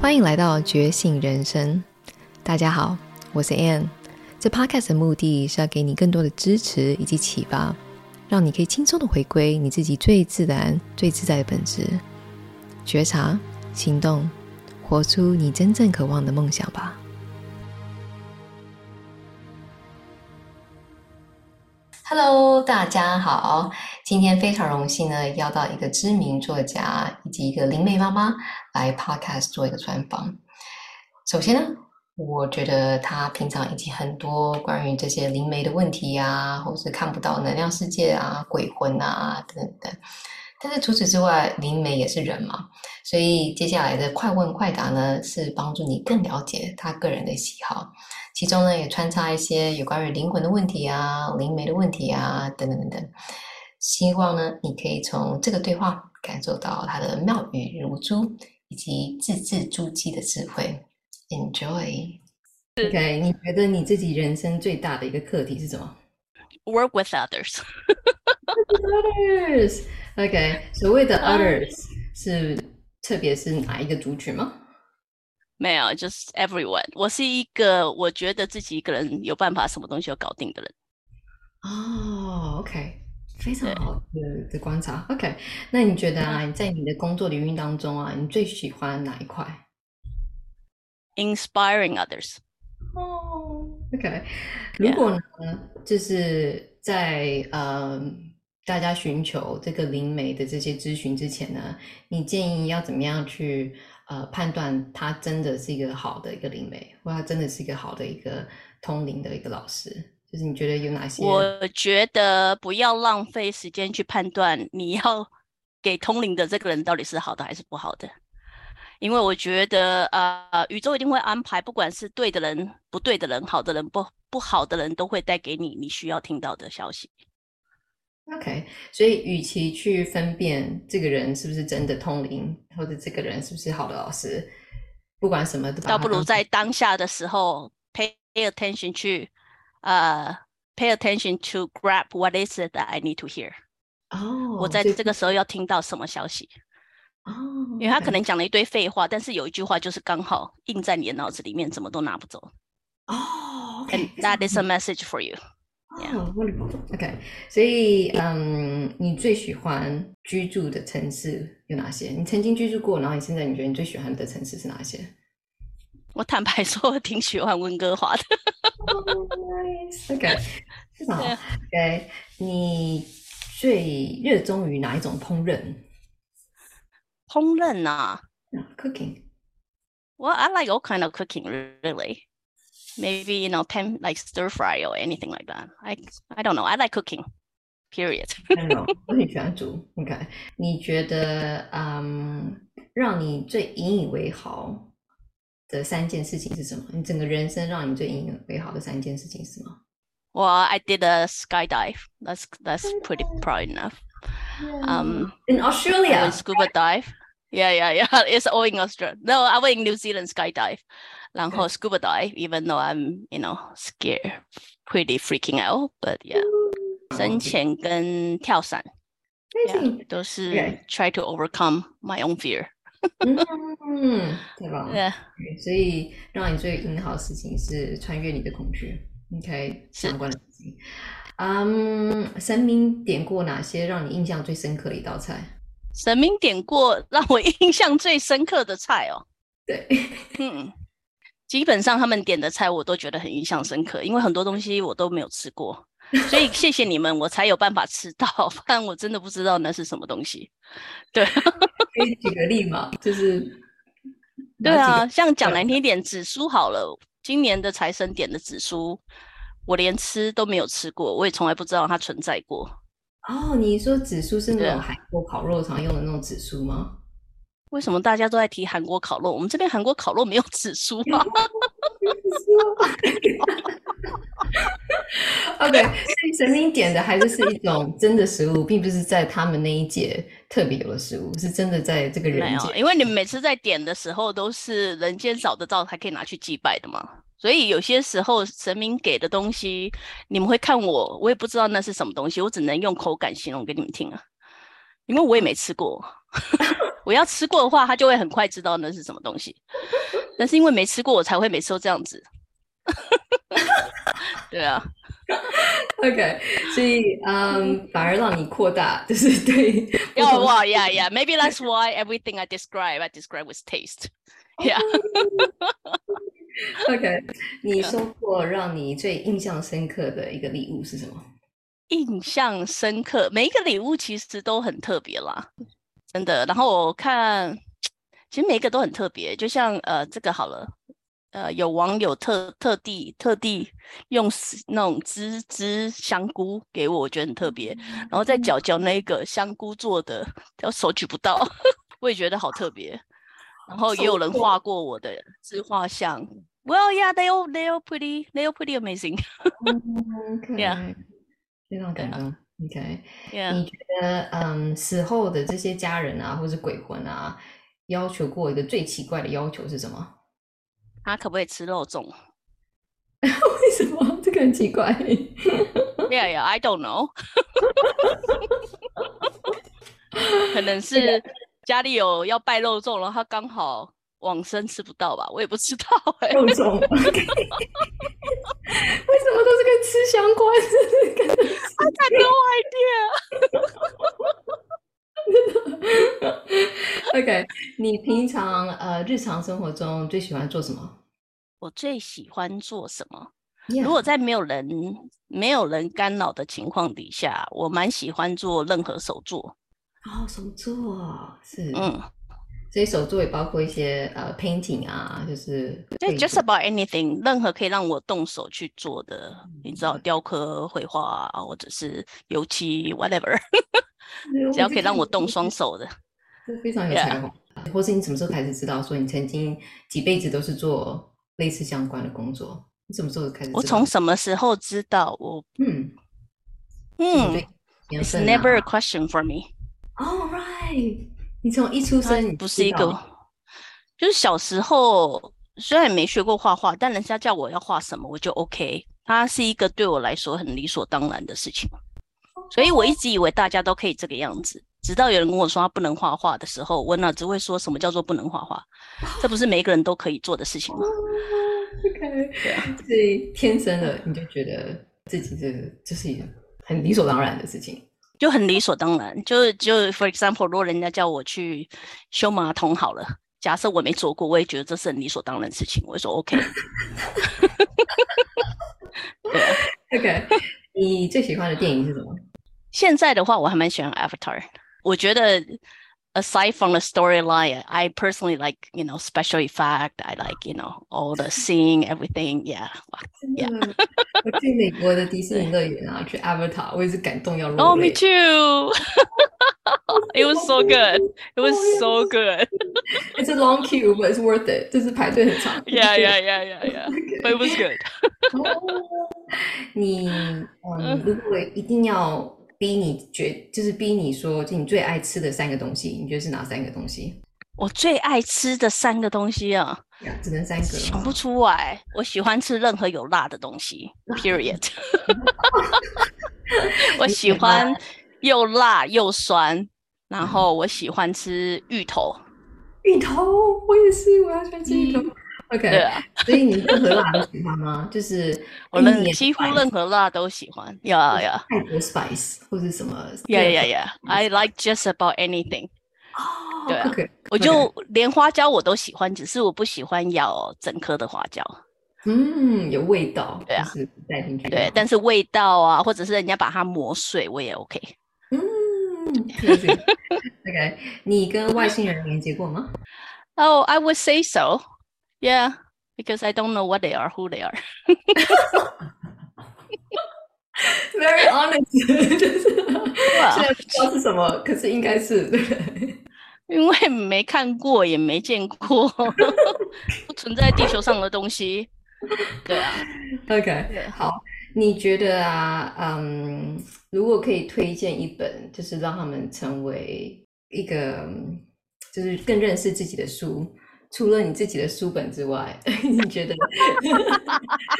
欢迎来到觉醒人生。大家好，我是 Ann。这 Podcast 的目的是要给你更多的支持以及启发，让你可以轻松的回归你自己最自然、最自在的本质，觉察、行动，活出你真正渴望的梦想吧。Hello，大家好，今天非常荣幸呢，邀到一个知名作家以及一个灵媒妈妈来 Podcast 做一个专访。首先呢，我觉得她平常以及很多关于这些灵媒的问题啊，或是看不到能量世界啊、鬼魂啊等等。但是除此之外，灵媒也是人嘛，所以接下来的快问快答呢，是帮助你更了解她个人的喜好。其中呢也穿插一些有关于灵魂的问题啊、灵媒的问题啊等等等等。希望呢你可以从这个对话感受到它的妙语如珠以及字字珠玑的智慧。Enjoy。OK，你觉得你自己人生最大的一个课题是什么 Work with others， ？Others。OK，所谓的 others 是特别是哪一个族群吗？没有，just everyone。我是一个我觉得自己一个人有办法什么东西都搞定的人。哦，OK，非常好的的观察。OK，那你觉得啊，在你的工作领域当中啊，你最喜欢哪一块？ Inspiring others，哦，OK，如果呢，就是在呃大家寻求这个灵媒的这些咨询之前呢，你建议要怎么样去呃判断他真的是一个好的一个灵媒，或他真的是一个好的一个通灵的一个老师？就是你觉得有哪些？我觉得不要浪费时间去判断你要 给通灵的这个人到底是好的还是不好的，因为我觉得呃，宇宙一定会安排，不管是对的人、不对的人、好的人、不不好的人，都会带给你你需要听到的消息。 OK，所以与其去分辨这个人是不是真的通灵，或者这个人是不是好的老师，不管什么都把倒它不如当在当下的时候 pay attention 去，呃，pay attention to grab what is it that I need to hear。哦，我在所以这个时候要听到什么消息？哦，因为他可 OK 能讲了一堆废话，但是有一句话就是刚好印在你的脑子里面，怎么都拿不走。哦 And ，OK， that is a message for you。yeah 哦，wonderful，OK，所以嗯，你最喜欢居住的城市有哪些？你曾经居住过，然后你现在你觉得你最喜欢的城市是哪些我坦白说，我挺喜欢温哥华的。？Oh, ？OK，非常好对，OK，你最热衷于哪一种烹饪烹饪啊啊？Cooking。 ，Well, I like all kind of cooking, really. Maybe you know, pan like stir fry or anything like that. I I don't know. I like cooking. Period. 没有，我很喜欢煮。OK，你觉得嗯，让你最引以为豪的三件事情是什么？你整个人生让你最引以为豪的三件事情是什么？ Well, I did a skydive. That's that's pretty proud enough. Um, In I Australia, went scuba dive. Yeah, yeah, yeah. It's all in Australia. No, I went in New Zealand skydive. 然后 scuba dive, even though I'm, you know, scared, pretty freaking out. But yeah, 深潜跟跳伞 Amazing. 都是 Okay. try to overcome my own fear. 嗯， 对吧？ Yeah. 所以让你最引以为豪的事情是穿越你的恐惧。OK，是相关的事情。嗯，神明点过哪些让你印象最深刻的一道菜？神明点过让我印象最深刻的菜哦，对，嗯，基本上他们点的菜我都觉得很印象深刻，因为很多东西我都没有吃 过，所以谢谢你们，我才有办法吃到，不然我真的不知道那是什么东西。对可以举个例吗？就是 哪对几个啊，像讲难听一点，紫苏好了，今年的财神点的紫苏，我连吃都没有吃过，我也从来不知道它存在过。哦，你说紫苏是对那啊种韩国烤肉常用的那种紫苏 吗？为什么大家都在提韩国烤肉？我们这边韩国烤肉没有紫苏啊吗？ OK，所哦以神明点的还是是一种真的食物，并不是在他们那一届特别有的食物，是真的在这个没人有，欸界。因为你们每次在点的时候都是人间找得到才可以拿去祭拜的嘛，所以有些时候神明给的东西，你们会看我，我也不知道那是什么东西，我只能用口感形容给你们听啊，因为我也没吃过。 我要吃过的话，他就会很快知道那是什么东西。但是因为没吃过，我才会每次都这样子。 对啊， OK，所以嗯，反而让你扩大，就是对不要同哇呀呀，maybe that's why everything I describe I describe with taste。Yeah， OK，你 啊收过让你最印象深刻的一个礼物是什么？印象深刻，每一个礼物其实都很特别啦，真的。然后我看，其实每一个都很特别，就像呃这个好了，呃有网友特特地特地用丝那种芝芝香菇给我，我觉得很特别。然嗯后再角角那个香菇做的，我手举不到， 我也觉得好特别。然后也有人手画过我的自画像。Well, yeah, they all they all pretty, they all pretty amazing. 嗯，OK， Yeah 非常啊感动。OK， Yeah. 你觉得嗯，死后的这些家人啊，或是鬼魂啊，要求过一个最奇怪的要求是什么？ 他可不可以吃肉粽为什么这个很奇怪？ ？Yeah, yeah, I don't know. 可能是家里有要拜肉粽，然后他刚好往生吃不到吧，我也不知道哎、肉 粽，OK，为什么都是跟吃相关？ I had no idea. OK，你平常呃日常生活中最喜欢做什么？ 我最喜欢做什么？ Yeah，如果在没有人没有人干扰的情况底下，我蛮喜欢做任何手作。哦，手作是，嗯，所以手作也包括一些呃 painting 啊，就是就绘 just 画 about anything，任何可以让我动手去做的，你知道，雕刻、绘画啊，或者是油漆，whatever，只要可以让我嗯动，双手的。对我觉得你非常有 Yeah 才华。或是你什么时候开始知道说你曾经几辈子都是做类似相关的工作？你什么时候开始知道？我从什么时候知道我？嗯嗯年，It's 份 never a 啊 question for me， ，All right，你从一出生你不就是一知道个，就是小时候虽然没学过画画，但人家叫我要画什么，我就 OK。它是一个对我来说很理所当然的事情，所以我一直以为大家都可以这个样子，直到有人跟我说他不能画画的时候，我脑子会说什么叫做不能画画？这不是每一个人都可以做的事情吗？ OK，所以天生的你就觉得自己这就是一个很理所当然的事情。就很理所当然。就就 for example，如果人家叫我去修马桶好了，假设我没做过，我也觉得这是很理所当然的事情。我会说 OK， OK，你 最喜欢的电影是什么？现在的话，我还蛮喜欢 Avatar。我觉得 aside from the storyline, I personally like you know special effect. I like you know all the seeing everything. Yeah. 真的，我去美国的迪士尼乐园啊，去 Avatar，我也是感动要落 Oh, me 泪。 too. It was so good. It was so good. It's a long queue, but it's worth it。就是排队很长。 Yeah, yeah, yeah, yeah, yeah. But it was good. 哦 你嗯嗯，如果一定要逼你觉，就是逼你说，就你最爱吃的三个东西，你觉得是哪三个东西？ 我最爱吃的三个东西啊，呀只能三个了想吗不。出来。我喜欢吃任何有辣的东 西，period。我喜欢又辣又酸，然后我喜欢吃芋头。芋头，我也是，我要喜欢吃芋头。对 OK，啊，所以你任何辣都喜欢 吗？就是我印任尼的几乎 spice 任何辣都喜欢。呀呀泰国 spice 或者什么呀呀呀！I like just about anything。哦对啊，OK，我就连花椒我都喜欢，只是我不喜欢咬整颗的花椒。嗯，有味道，对啊就是带进去的对话，但是味道啊，或者是人家把它磨碎，我也 OK。嗯可以可以，OK，你跟外星人连接过吗？ Oh, I would say so. Yeah, because I don't know what they are, who they are. Very honest，就是 虽然不知道是什么，可是应该是 对不对 因为没看过，也没见过，不存在地球上的东西。对啊， OK。对，好，你觉得啊，嗯，如果可以推荐一本，就是让他们成为一个，嗯就是更认识自己的书，除了你自己的书本之外， 你觉得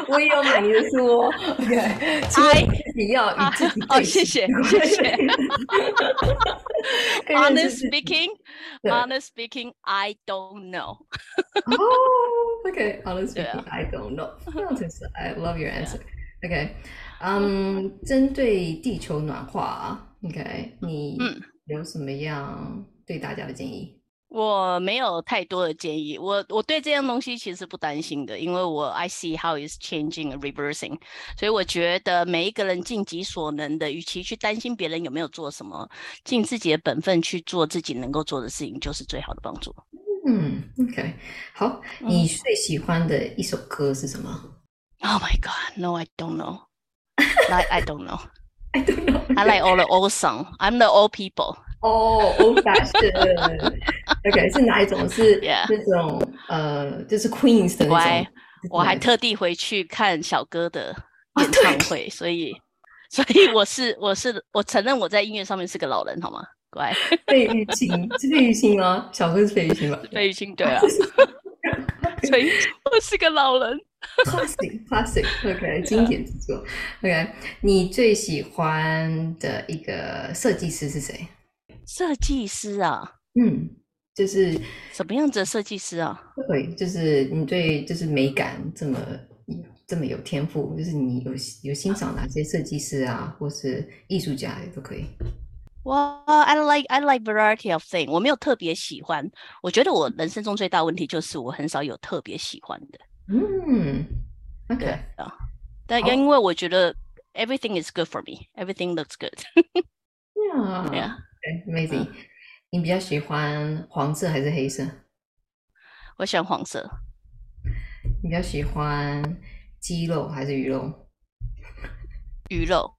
我也有买你的书哦。OK，除了你自己要与自己哦，对哎谢齐谢之外谢谢。 更认识自己 Honest speaking, 对 honest speaking, I don't know. 哦，OK，好 了，对啊 I don't know，非常诚实，I love your answer。OK，嗯，针对地球暖化，OK，你嗯有什么样对大家的建议？我没有太多的建议，我我对这样东西其实不担心的，因为我 I see how is changing and reversing，所以我觉得每一个人尽己所能的，与其去担心别人有没有做什么，尽自己的本分去做自己能够做的事情，就是最好的帮助。嗯，OK，好，嗯你最喜欢的一首歌是什 么 Oh my god, no, I don't know. Like I don't know. ？I don't know. I like all the old song. I'm the old people. 哦，old fashion。OK，是哪一种？是 Yeah 那种呃，就是 Queens 的我那还种。是我哪还一特地回去看小哥的哦演对唱会，所以，所以我是我是我承认我在音乐上面是个老人，好吗？乖，费玉清是费玉清吗？小哥是费玉清吧？费玉清 对啊，所以我是个老人。 Classic, classic, OK，经啊典之作。OK，你最喜欢的一个设计师是谁？设计师啊，嗯，就是什么样子的设计师啊？对，就是你对就是美感这么这么有天赋，就是你有有欣赏哪些设计师啊，或是艺术家也都可以。哇、i like I like variety of thing。我没有特别喜欢，我觉得我人生中最大的问题就是我很少有特别喜欢的。嗯，OK，对啊，但好因为我觉得 everything is good for me, everything looks good 呀对啊。 ，Amazing。你比较喜欢黄色还是黑色？我喜欢黄色。你比较喜欢鸡肉还是鱼肉？鱼肉，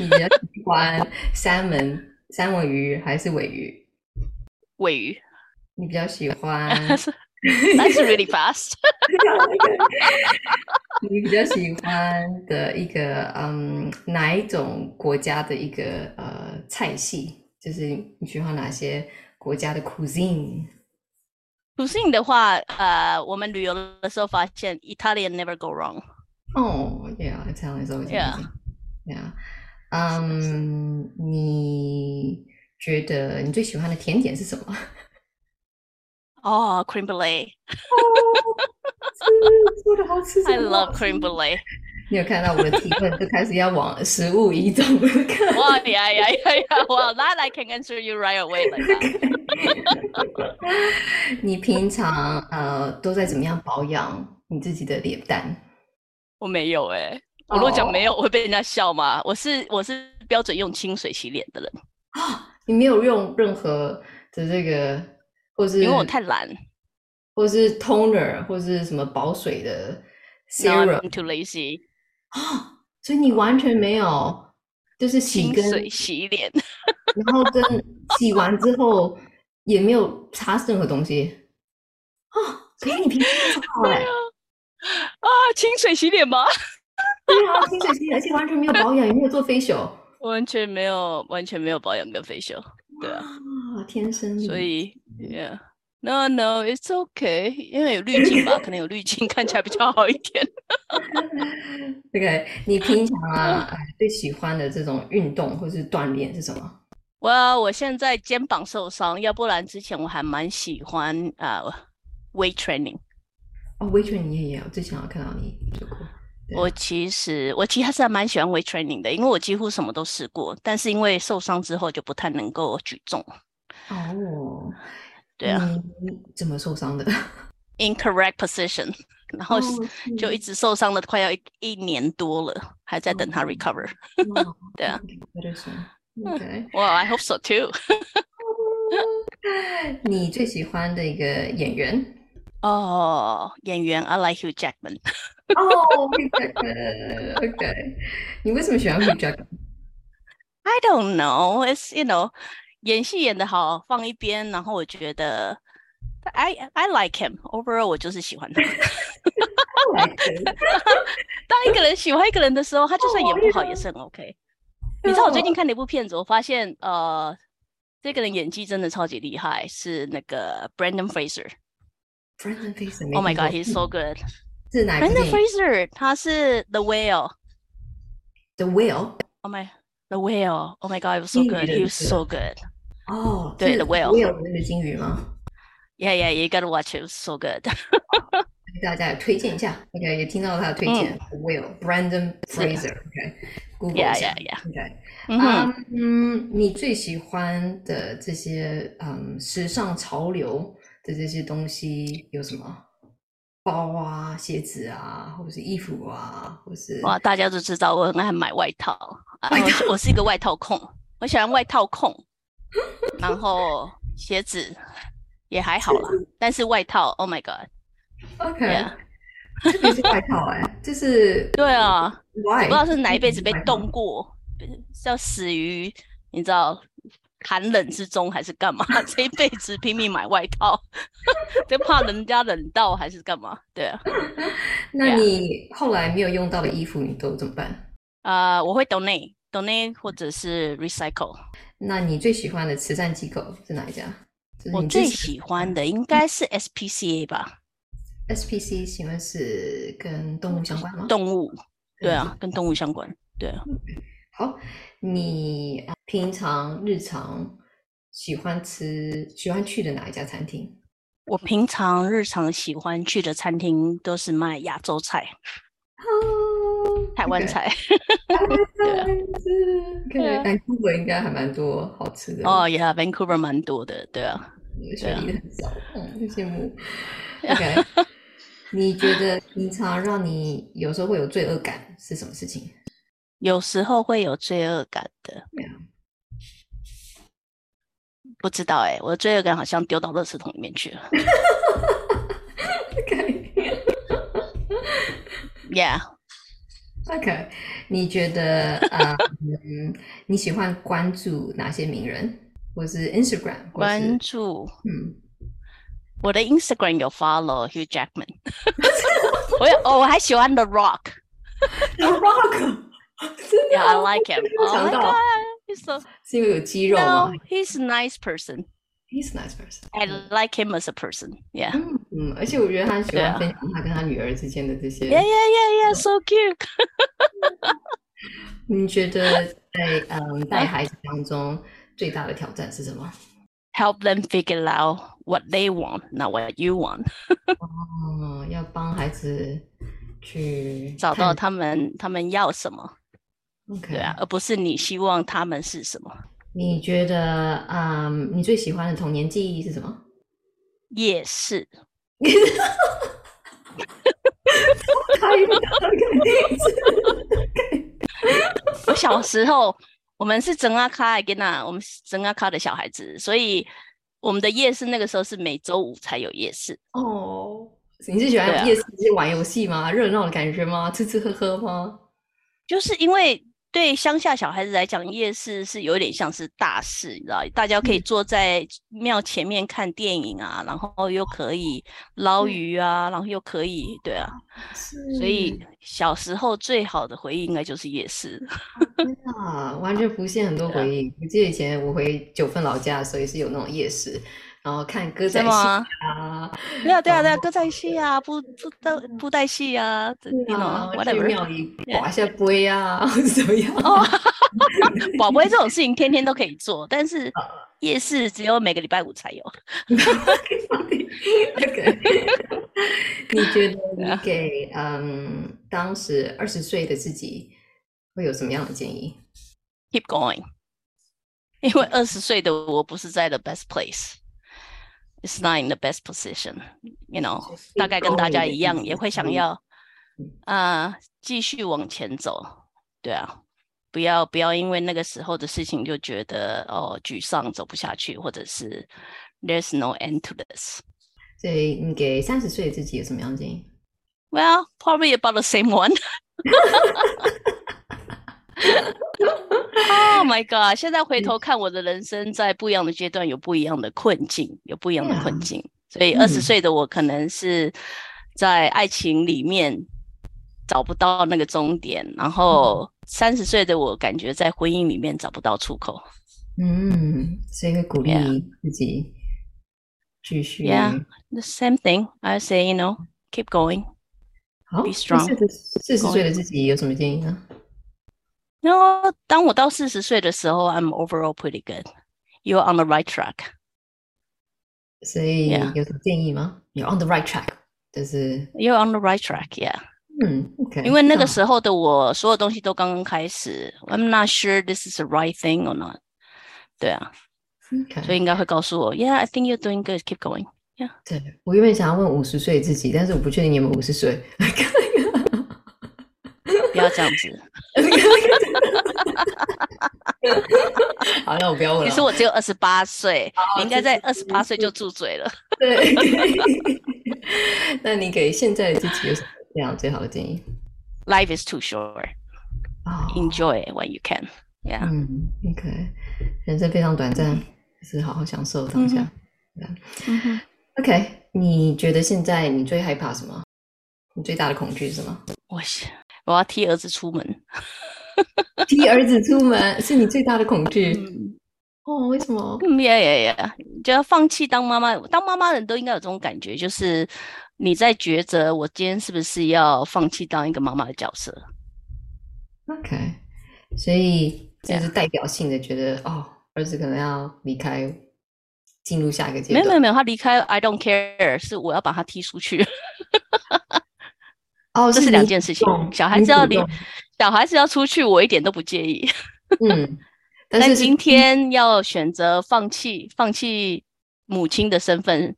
你比较喜欢三文三文鱼还是尾鱼？尾鱼你比较喜欢 ，That's really fast 。 你比较喜欢的一个嗯哪一种国家的一个呃菜系？就是你喜欢哪些国家的 cuisine？不幸的话，呃，我们旅游的时候发现，Italian never go wrong。哦、oh,，Yeah，it's always always Yeah. amazing，Yeah，嗯，你觉得你最喜欢的甜点是什么？哦、c r e a m brulee，I 是做的好哦吃 love cream brulee。你有看到我的提问就开始要往食物移动 了哇呀呀呀呀！哇，that I can answer you right away like that。 你平常呃都在怎么样保养你自己的脸蛋？我没有哎、我如果讲没有，有，我会被人家笑吗？我是我是标准用清水洗脸的人，你没有用任何的这个，或是因为我太懒。或是 toner 或是什么保水的 Now serum I'm too lazy。啊，所以你完全没有，就是洗清跟水洗脸， 啊然后跟洗完之后也没有擦任何东西啊，可是你皮肤超好哎、啊，清水洗脸吗？ 对啊，清水洗脸，而且完全没有保养，也没有做 facial，完全没有，完全没有保养跟 facial。对啊。 啊，天生所丽以，Yeah。No, no, it's okay，因为有滤镜吧，可能有滤镜看起来比较好一点。质。OK，你平常啊 呃最喜欢的这种运动或是锻炼是什么？哇，我现在肩膀受伤，要不然之前我还蛮喜欢啊、weight training。哦，微拳你也有，之前我看到你做过。对我其实我其实还是蛮喜欢 weight training 的，因为我几乎什么都试过，但是因为受伤之后就不太能够举重。哦，对啊、你怎么受伤的？ i n c o r r e c t position，然后是嗯哦就一直受伤了，快要一一年多了，还在等它哦 recover。是 哇 嗯对啊，congratulations，OK，哇、i hope so too。 你最喜欢的一个演员？哦，演员 I like Hugh Jackman。哦，Hugh Jackman，OK，你为什么喜欢 Hugh Jackman？ I don't know. It's you know，演戏演得好放一边，然后我觉得 I I like him. Overall，我就是喜欢他。 I like him. 当一个人喜欢一个人的时候，他就算演不好也是很 OK。你知道我最近看了一部片子，我发现呃，这个人演技真的超级厉害，是那个 Brandon Fraser。 Brendan Fraser 没 Oh my 听过 god，he's so good。是哪一部 Brandon 电影 Fraser 他是 The Whale。 ？The Whale。 Oh my The Whale。Oh my god，it was so 英语的 good。He was 那个 so good。哦，对是 The Whale Whale 那个金鱼吗？ Yeah, yeah, you gotta watch it. It was so good. 给大家也推荐一下，OK，也听到他的嗯推荐。The Whale Brandon Fraser，OK，Google Yeah, 一下 yeah, yeah. Mm-hmm。 OK，嗯哼，啊嗯，你最喜欢的这些嗯时尚潮流的这些东西有什么？包啊、鞋子啊，或者是衣服啊，或是哇，大家都知道我很爱买外套啊，外我是我是一个外套控，我喜欢外套控， 然后鞋子也还好啦，但是外套，Oh my God， OK， Yeah 特别是外套哎，就是对啊， why 我不知道是哪一辈子被冻过，是要死于你知道寒冷之中还是干嘛？ 这一辈子拼命买外套， 就怕人家冷到还是干嘛？对啊，那 Yeah 你后来没有用到的衣服，你都怎么办？啊，我会 donate donate 或者是 recycle。那你最喜欢的慈善机构是哪一家？就是我你最支持喜欢的应该是 SPCA 吧， SPC，请问是跟动物相关吗？动物，对嗯啊，跟动物相关，对啊。好，你呃平常日常喜欢吃、喜欢去的哪一家餐 厅？我平常日常喜欢去的餐厅都是卖亚洲菜、台湾菜。哦 对啊 对啊感觉中国应该还蛮多好吃的哦，也 Vancouver 蛮多的，对啊。雪梨的很少，嗯，很羡 慕。OK，你觉得平常让你有时候会有罪恶感是什么事情？ 有时候会有罪恶感的。对啊不知道哎、我的罪恶感好像丢到垃圾桶里面去了。 OK Yeah， OK，你觉得呃，嗯，你喜欢关注哪些名人，或是 Instagram，或是关注 嗯，我的 Instagram 有 follow Hugh Jackman，我有哦，我还喜欢 The Rock。 The Rock，真的 Yeah, 啊 I like him. 没有 Oh 想 my 到 god, he's so 是因为有肌肉吗 no, he's a nice person. ？He's a nice person。 I like him as a person. Yeah, 嗯嗯，而且我觉得他很喜对欢啊分享他跟他女儿之间的这些。 yeah, yeah, yeah, yeah. So cute. 你觉得在嗯带啊孩子当中最大的挑战是什么？ Help them figure out what they want, not what you want. 嗯，要帮孩子去找看到他们 他们要什么， OK，对啊，而不是你希望他们是什么。你觉得嗯，你最喜欢的童年记忆是什么？夜市，太我小时候我们是整阿卡跟那，我们是整阿卡的小孩子，所以我们的夜市那个时候是每周五才有夜市。 哦，你是喜对欢啊夜市就是玩游戏吗？热闹的感觉吗？吃吃喝喝吗？就是因为对乡下小孩子来讲，夜市是有点像是大事，你知道，大家可嗯以坐在庙前面看电影啊，然后又可以捞嗯鱼啊，然后又可以，对啊，所所以小时候最好的回忆应该就是夜市。啊，完全浮现很多对啊回忆。我记得以前我回九份老家的时候，也是有那种夜市，然后看歌仔是戏吗？啊，对啊，对啊，对啊，歌仔戏啊，布布袋布袋戏啊这对，you 啊 know 去 whatever。庙里划一下杯啊， 或者怎么样？哦，宝贝这种事情天天都可以做，但是啊夜市只有每个礼拜五才有。 OK，你觉得对你啊给嗯当时二十岁的自己会有什么样的建议？ Keep going，因为二十岁的我不是在 the best place，it's not in the best position，you know。大概跟大家一样，也会想要嗯啊、呃继续往前走，对啊，不要不要因为那个时候的事情就觉得哦沮丧走不下去，或者是 there's no end to this。所以你给三十岁的自己有什么样的建议？ Well, probably about the same one. oh my god！现在回头看我的人生，在不一样的阶段有不一样的困境，有不一样的困境。所以二嗯十岁的我，可能是在爱情里面找不到那个终点，然后三十岁的我，感觉在婚姻里面找不到出口。嗯，所以会鼓励 Yeah. 自己继续 Yeah. The same thing. I say, you know, keep going. 好。 Be 那 strong. 四十四十岁的自己有什么建议呢？然后当我到四十岁的时候，I'm overall pretty good. You're on the right track. 所以 Yeah. 有什么建议吗？You're on the right track，就是。 You're on the right track. Yeah. 嗯，OK，因为那个是时候的我，所有东西都刚刚开始。I'm not sure this is the right thing or not. 对啊，所以应该会告诉我，Yeah, I think you're doing good. Keep going. 对我原本想要问五十岁自己，但是我不确定你们五十岁。 不要这样 子。啊 好，那我不要问了。其实我只有二十八岁，你应该在哦是二是十是八岁就住嘴了。对， 那你给现在的自己有什么这样最好的建议？ Life is too short. 啊、 Enjoy it when you can. Yeah. 嗯，OK，人生非常短嗯暂，就是好好享受当下。OK，你觉得现在你最害怕什么？你最大的恐惧是什 么？我是我要踢儿子出门。踢儿子出门是你最大的恐惧、嗯。哦？为什么？嗯呀呀呀！就要放弃当妈妈，当妈妈的人都应该有这种感觉，就是你在抉择，我今天是不是要放弃当一个妈妈的角色？ OK，所以这 Yeah. 是代表性的，觉得哦，儿子可能要离开，进入下一个阶没有没有段。没有，他离开，I don't care，是我要把他踢出去，哦，这是你两件事主情动。小孩你子要主离动，小孩子要出去，我一点都不介意。 嗯，但但是今是天要选择放弃，放弃母亲的身份，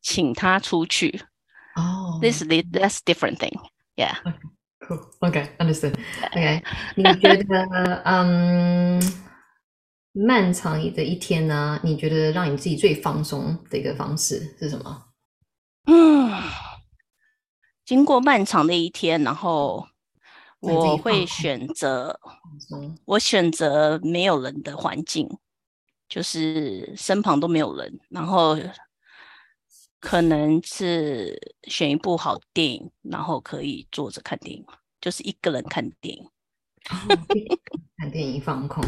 请他出去。哦 This li- that's different thing. Yeah. Cool. Okay, understood. Okay，你觉得，嗯，漫长的一天呢？你觉得让你自己最放松的一个方式是什么？嗯，经过漫长的一天，然后让自己我放会空选择，放松。我选择没有人的环境，就是身旁都没有人，然后可能是选一部好电影，然后可以坐着看电影，就是一个人看电影。 哦，看电影放空。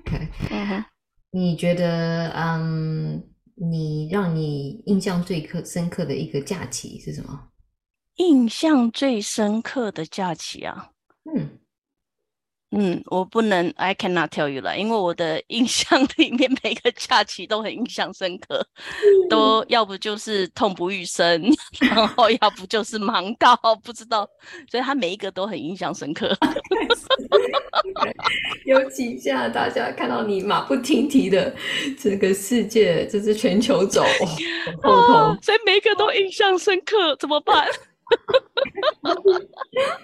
OK，嗯哼，你觉得，嗯，你让你印象最刻深刻的一个假期是什么？印象最深刻的假期啊， 嗯，嗯，我不能，I cannot tell you 了，因为我的印象里面每个假期都很印象深刻，都要不就是痛不欲生，然后要不就是忙到不知道，所以他每一个都很印象深刻。尤其现在大家看到你马不停蹄的这个世界，这是全球 走，哦后头。啊所以每一个都印象深刻，怎么办？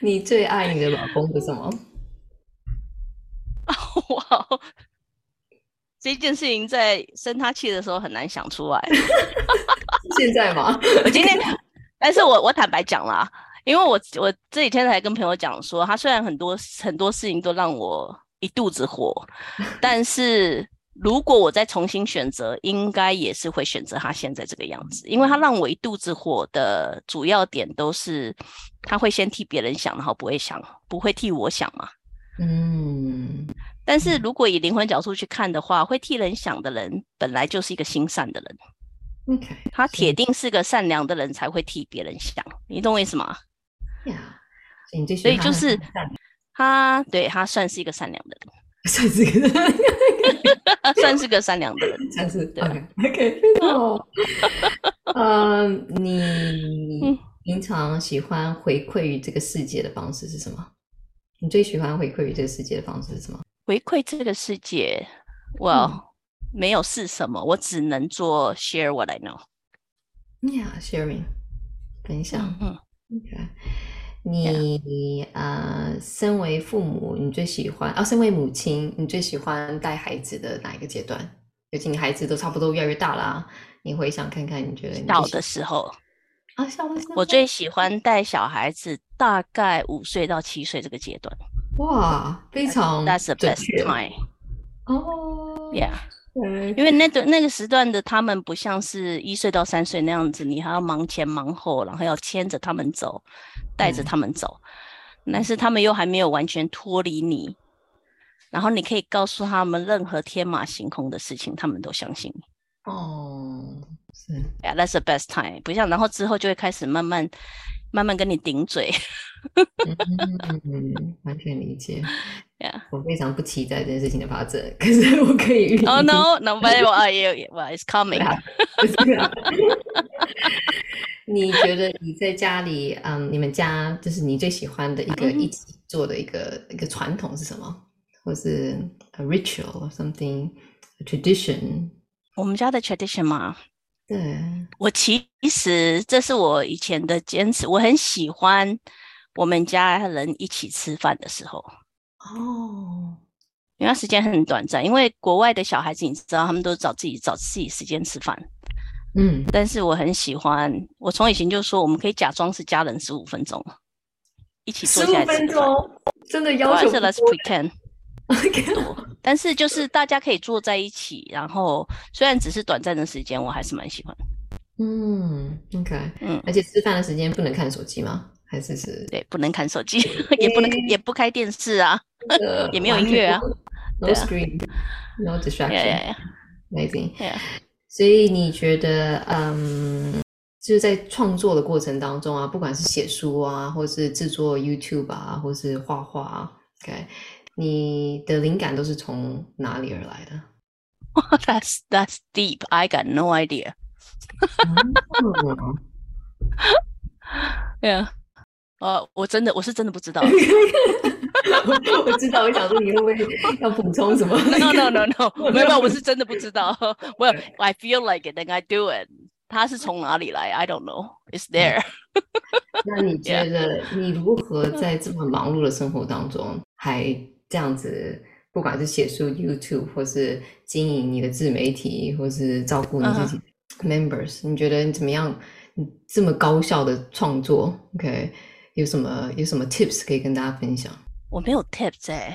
你最爱你的老公是什么？哇，哦这件事情在生他气的时候很难想出来。现在吗？我今天，但是我我坦白讲啦，因为我我这几天才跟朋友讲说，他虽然很多很多事情都让我一肚子火， 但是如果我再重新选择，应该也是会选择他现在这个样子，因为他让我一肚子火的主要点都是他会先替别人想，然后不会想，不会替我想嘛。 嗯，但是如果以灵魂角度去看的话，会替人想的人本来就是一个心善的人。 OK，他是铁定是个善良的人才会替别人想，你懂我意思吗？呀，所以你最喜所欢以就是他对他算是一个善良的 算是个，人， 算是个善良 的人。算是对啊 OK OK 非常 好。嗯，你嗯平常喜欢回馈于这个世界的方式是什么？你最喜欢回馈于这个世界的方式是什么？回馈这个世界，我、没有是什么，我只能做 share what I know。呀、s h a r i n g 分享。嗯嗯， OK，你呃，身为父母，你最喜欢啊？身为母亲，你最喜欢带孩子的哪一个阶段？尤其你孩子都差不多越来越大啦，你回想看看，你觉得你最小喜的时候，啊，小的时候我最喜欢带小孩子，大概五岁到七岁这个阶段。哇，非常 That's the 准 best 确 time. 哦 Yeah，对因为那段那个时段的他们不像是一岁到三岁那样子，你还要忙前忙后，然后要牵着他们走，带嗯着他们走，但是他们又还没有完全脱离你，然后你可以告诉他们任何天马行空的事情，他们都相信你。哦，是， Yeah, that's the best time。不像，然后之后就会开始慢慢慢慢跟你顶嘴。 嗯，完全理解。 Yeah. 我非常不期待这件事情的发生，可是我可以预哦、定 no, no, but well, uh, yeah, well, it's coming. 对啊不是啊你觉得你在家里，嗯，你们家就是你最喜欢的一个嗯哼一起做的一个一个传统是什么？或是 a ritual or something a tradition？我们家的 tradition 嘛，对，我其实这是我以前的坚持，我很喜欢我们家人一起吃饭的时候，哦，因为它时间很短暂。因为国外的小孩子，你知道，他们都找自己找自己时间吃饭，嗯，但是我很喜欢，我从以前就说，我们可以假装是家人十五分钟，一起坐十下来五吃饭分。钟，真的要或求者不啊是 let's 多 pretend。 OK，但是就是大家可以坐在一起，然后虽然只是短暂的时间，我还是蛮喜欢。嗯，OK，嗯，而且吃饭的时间不能看手机吗？还是是对，不能看手机，也不能也不开电视啊。呃 也没有音乐啊，no 对啊 screen，no Yeah, distraction，amazing yeah, yeah.。Yeah. 所以你觉得，嗯，就是在创作的过程当中啊，不管是写书啊，或是制作 YouTube 啊，或是画画啊，OK，你的灵感都是从哪里而来的？ That's that's deep. I got no idea. 哦 Yeah. 呃，Uh, 我真的我是真的不知道。我 我知道，我想说你会不会要补充什么 No, no, no, no. 没有，没有，我是真的不知道。Well, I feel like it, then I do it. 它是从哪里来？I don't know. It's there. 那你觉得你如何在这么忙碌的生活当中，还这样子，不管是写书、YouTube，或是经营你的自媒体，或是照顾你自己 members，、你觉得你怎么样？你这么高效的创作，OK，有什么有什么 tips 可以跟大家分享？ 我没有 tips eh. 哎、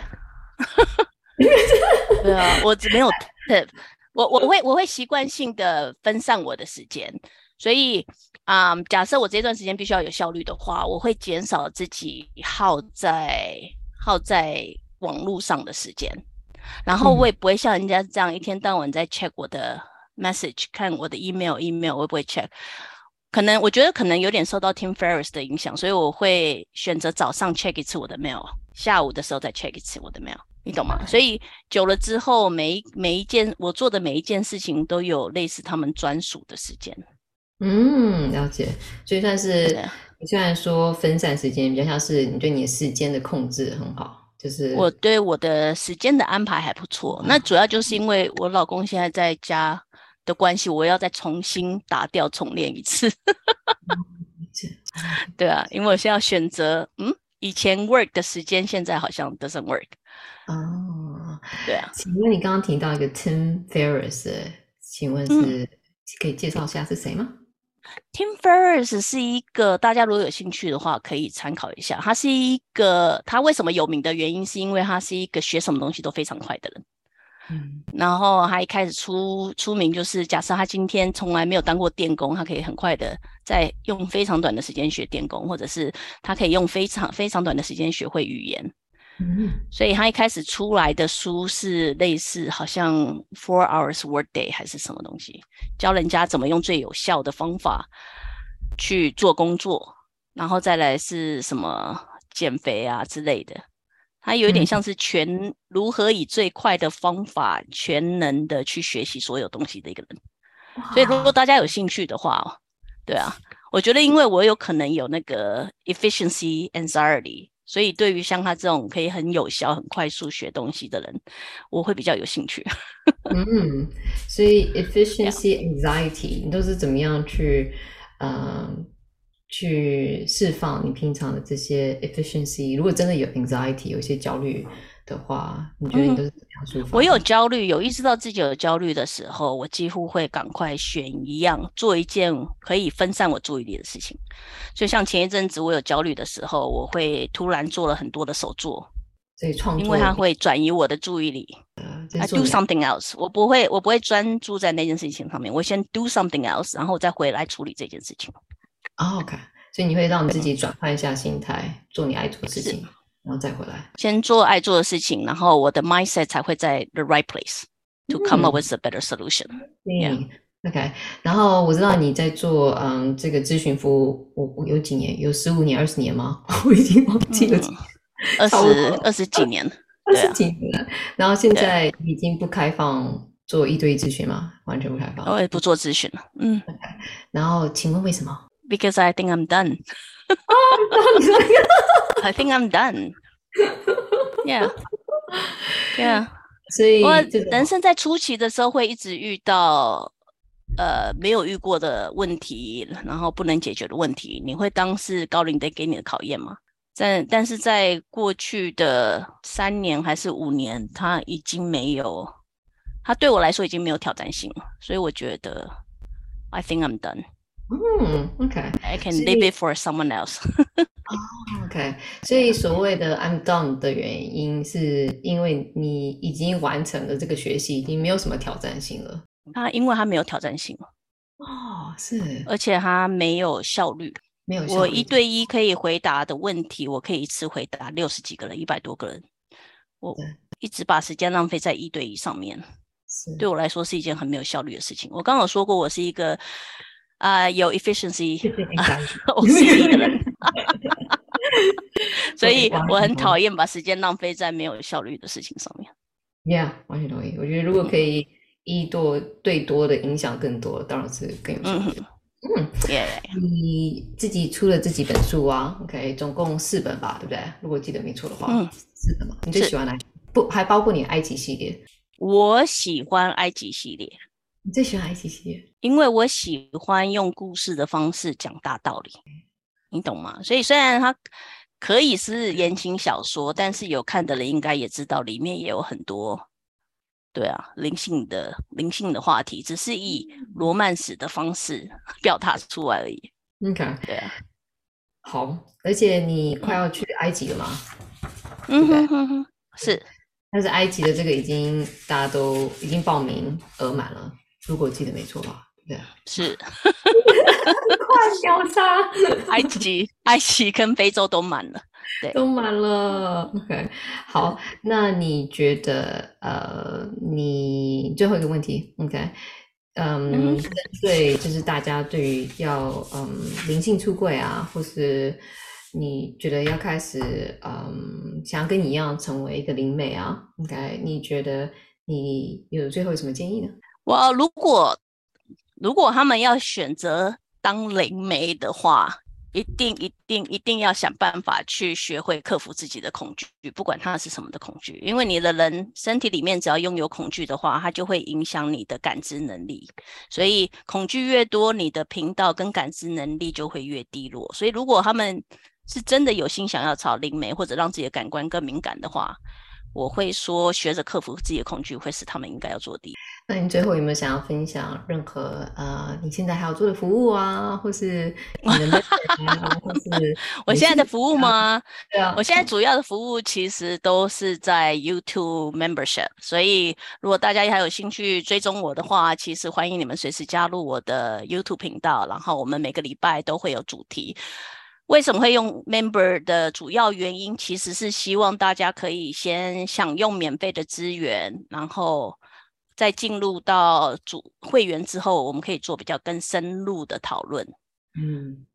对啊，我只没有 tip，我我会我会习惯性的分散我的时间，所以啊、嗯假设我这段时间必须要有效率的话，我会减少自己耗在耗在网络上的时间，然后我也不会像人家这样一天到晚在 check 我的 message，看我的 email email 会不会 check。可能我觉得可能有点受到 Tim Ferriss 的影响，所以我会选择早上 check 一次我的 mail，下午的时候再 check 一次我的 mail，你懂吗？所以久了之后，每一每一件我做的每一件事情都有类似他们专属的时间。嗯，了解。所以算是对你虽然说分散时间，比较像是你对你的时间的控制很好，就是我对我的时间的安排还不错，那主要就是因为我老公现在在家的关系，我要再重新打掉重练一次。 对啊，因为我现在要选择，嗯，以前 work 的时间，现在好像 doesn't work。哦。对啊，请问你刚刚提到一个 Tim Ferriss，请问是、嗯可以介绍一下是谁吗？ Tim Ferriss 是一个大家如果有兴趣的话，可以参考一下。他是一个，他为什么有名的原因，是因为他是一个学什么东西都非常快的人。嗯然后他一开始出出名就是，假设他今天从来没有当过电工，他可以很快的在用非常短的时间学电工，或者是他可以用非常非常短的时间学会语言。嗯所以他一开始出来的书是类似好像 Four Hours Workday 还是什么东西，教人家怎么用最有效的方法去做工作，然后再来是什么减肥啊之类的。他有一点嗯像是全、如何以最快的方法全能的去学习所有东西的一个人。所以如果大家有兴趣的话哦，对啊，我觉得因为我有可能有那个 efficiency anxiety，所以对于像他这种可以很有效、很快速学东西的人，我会比较有兴趣。嗯，所 以 efficiency anxiety，你都是怎么样去呃去释放你平常的这些 efficiency？如果真的有 anxiety，有一些焦虑的话，你觉得你都是怎么样抒发？嗯我有焦虑，有意识到自己有焦虑的时候，我几乎会赶快选一样做一件可以分散我注意力的事情。所以像前一阵子我有焦虑的时候，我会突然做了很多的手作，所以创作，因为它会转移我的注意力。就是 I 做 do 你 something else，我不会，我不会专注在那件事情上面，我先 do something else，然后再回来处理这件事情。哦，OK，所以你会让你自己转换一下心态，做你爱做的事是情。然后再回来。先做爱做的事情，然后我的 mindset 才会在 the right place to come Mm. up with a better solution。Yeah. 嗯，OK。然后我知道你在做嗯这个咨询服务，我我有几年？有十五年、二十年吗？ 我已经忘记了嗯，二差不十多二十几年，二对十啊几年了。然后现在已经不开放做一对一咨询吗？完全不开放。我也不做咨询了。嗯然后请问为什么？ ，because I think I'm done. 然后你说 I think I'm done. Yeah, yeah. 所以我这种人生在初期的时候会一直遇到呃没有遇过的问题，然后不能解决的问题，你会当是高龄的给你的考验吗？但但是在过去的三年还是五年，他已经没有，他对我来说已经没有挑战性了，所以我觉得 I think I'm done. 嗯，OK。 I can 所以 leave it for someone else. OK，所以所谓的 I'm done 的原因，是因为你已经完成了这个学习，已经没有什么挑战性了。他因为他没有挑战性，哦，是而且他没有效率。没有效我率一对一可以回答的问题，我可以一次回答六十几个人，一百多个人。我对一直把时间浪费在一对一上面，是对我来说是一件很没有效率的事情。我刚刚有说过，我是一个啊、有 efficiency 对对 exactly 我是一 的人，所以完我全很同讨厌把时间浪费在没有效率的事情上面。 ，Yeah，完全同意。我觉得如果可以一多对多的影响更多，当然是更有效嗯率。哼，耶、你自己出了这几本书啊，OK，总共四本吧，对不对？如果记得没错的话，嗯四本嘛。你最是喜欢哪一？不，还包括你的埃及系列。我喜欢埃及系列，你最喜欢埃及系列？因为我喜欢用故事的方式讲大道理，你懂吗？所以虽然它可以是言情小说，但是有看的人应该也知道，里面也有很多，对啊，灵性的灵性的话题，只是以罗曼史的方式 表达出来而已。 OK，对啊，好，而且你快要去埃及了吗？嗯对哼哼哼，是但是埃及的这个已经大家都已经报名额满了，如果记得没错吧？对，是，快秒杀，埃及埃及跟非洲都满了。都满了。OK，好，那你觉得呃，你最后一个问题，OK，嗯，嗯针对就是大家对于要嗯灵性出柜啊，或是你觉得要开始嗯想要跟你一样成为一个灵媒啊，OK，你觉得你有最后有什么建议呢？我如果如果他们要选择当灵媒的话，一定一定一定要想办法去学会克服自己的恐惧，不管它是什么的恐惧，因为你的人身体里面只要拥有恐惧的话，它就会影响你的感知能力。所以恐惧越多，你的频道跟感知能力就会越低落。所以如果他们是真的有心想要朝灵媒或者让自己的感官更敏感的话，我会说学着克服自己的恐惧会是他们应该要做的第一那你最后有没有想要分享任何呃，你现在还要做的服务啊，或是你的 method 啊，或是我你现在的是服务想吗？对啊 我，现在主要的服务其实都是在 YouTube membership，所以如果大家还有兴趣追踪我的话，其实欢迎你们随时加入我的 YouTube 频道。然后我们每个礼拜都会有主题。为什么会用 member 的主要原因，其实是希望大家可以先享用免费的资源，然后再进入到主会员之后，我们可以做比较更深入的讨论。嗯，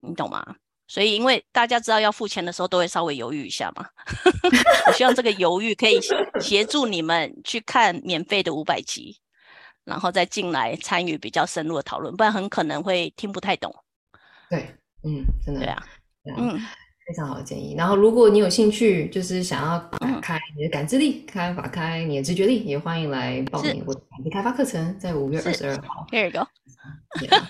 你懂吗？所以，因为大家知道要付钱的时候，都会稍微犹豫一下嘛。 我希望这个犹豫可以协协助你们去看免费的五百集，然后再进来参与比较深入的讨论，不然很可能会听不太懂。对，嗯，真的，对啊，对啊，嗯，非常好的建议。然后，如果你有兴趣，就是想要打嗯开你的感知力，开发开你的直觉力，也欢迎来报是名我的感知开发课程，在五月二十是二号。 ，Here you go。对啊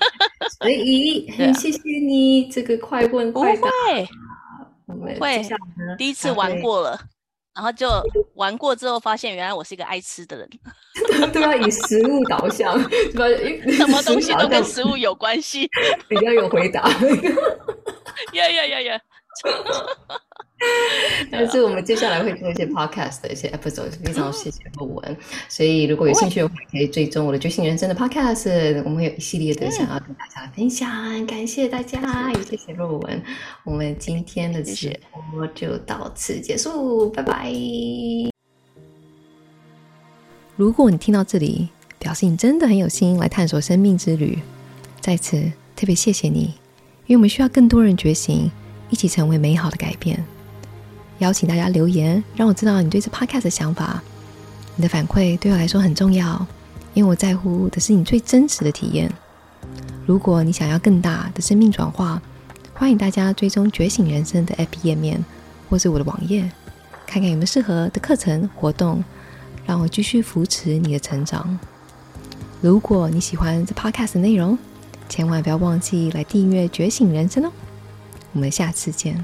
所以，对啊很谢谢你这个快问不快答。会，我们会接下来 呢第一次还玩会过了，然后就玩过之后发现，原来我是一个爱吃的人，都要啊以食物导向，对吧？因为什么东西都跟食食物有关系。物 导向比较有回答。呀呀呀呀！但是我们接下来会做一些 podcast 的一些 episode，非常谢谢陆文。所以如果有兴趣的话，可以追踪我的觉醒人生的 podcast，我们会有一系列的想要跟大家分享。感谢大家，也谢谢陆文。我们今天的直播就到此结束，拜拜。如果你听到这里，表示你真的很有心来探索生命之旅，在此特别谢谢你，因为我们需要更多人觉醒，一起成为美好的改变。邀请大家留言，让我知道你对这 podcast 的想法。你的反馈对我来说很重要，因为我在乎的是你最真实的体验。如果你想要更大的生命转化，欢迎大家追踪“觉醒人生”的 App 页面，或是我的网页，看看有没有适合的课程活动，让我继续扶持你的成长。如果你喜欢这 podcast 的内容，千万不要忘记来订阅“觉醒人生”哦。我们下次见。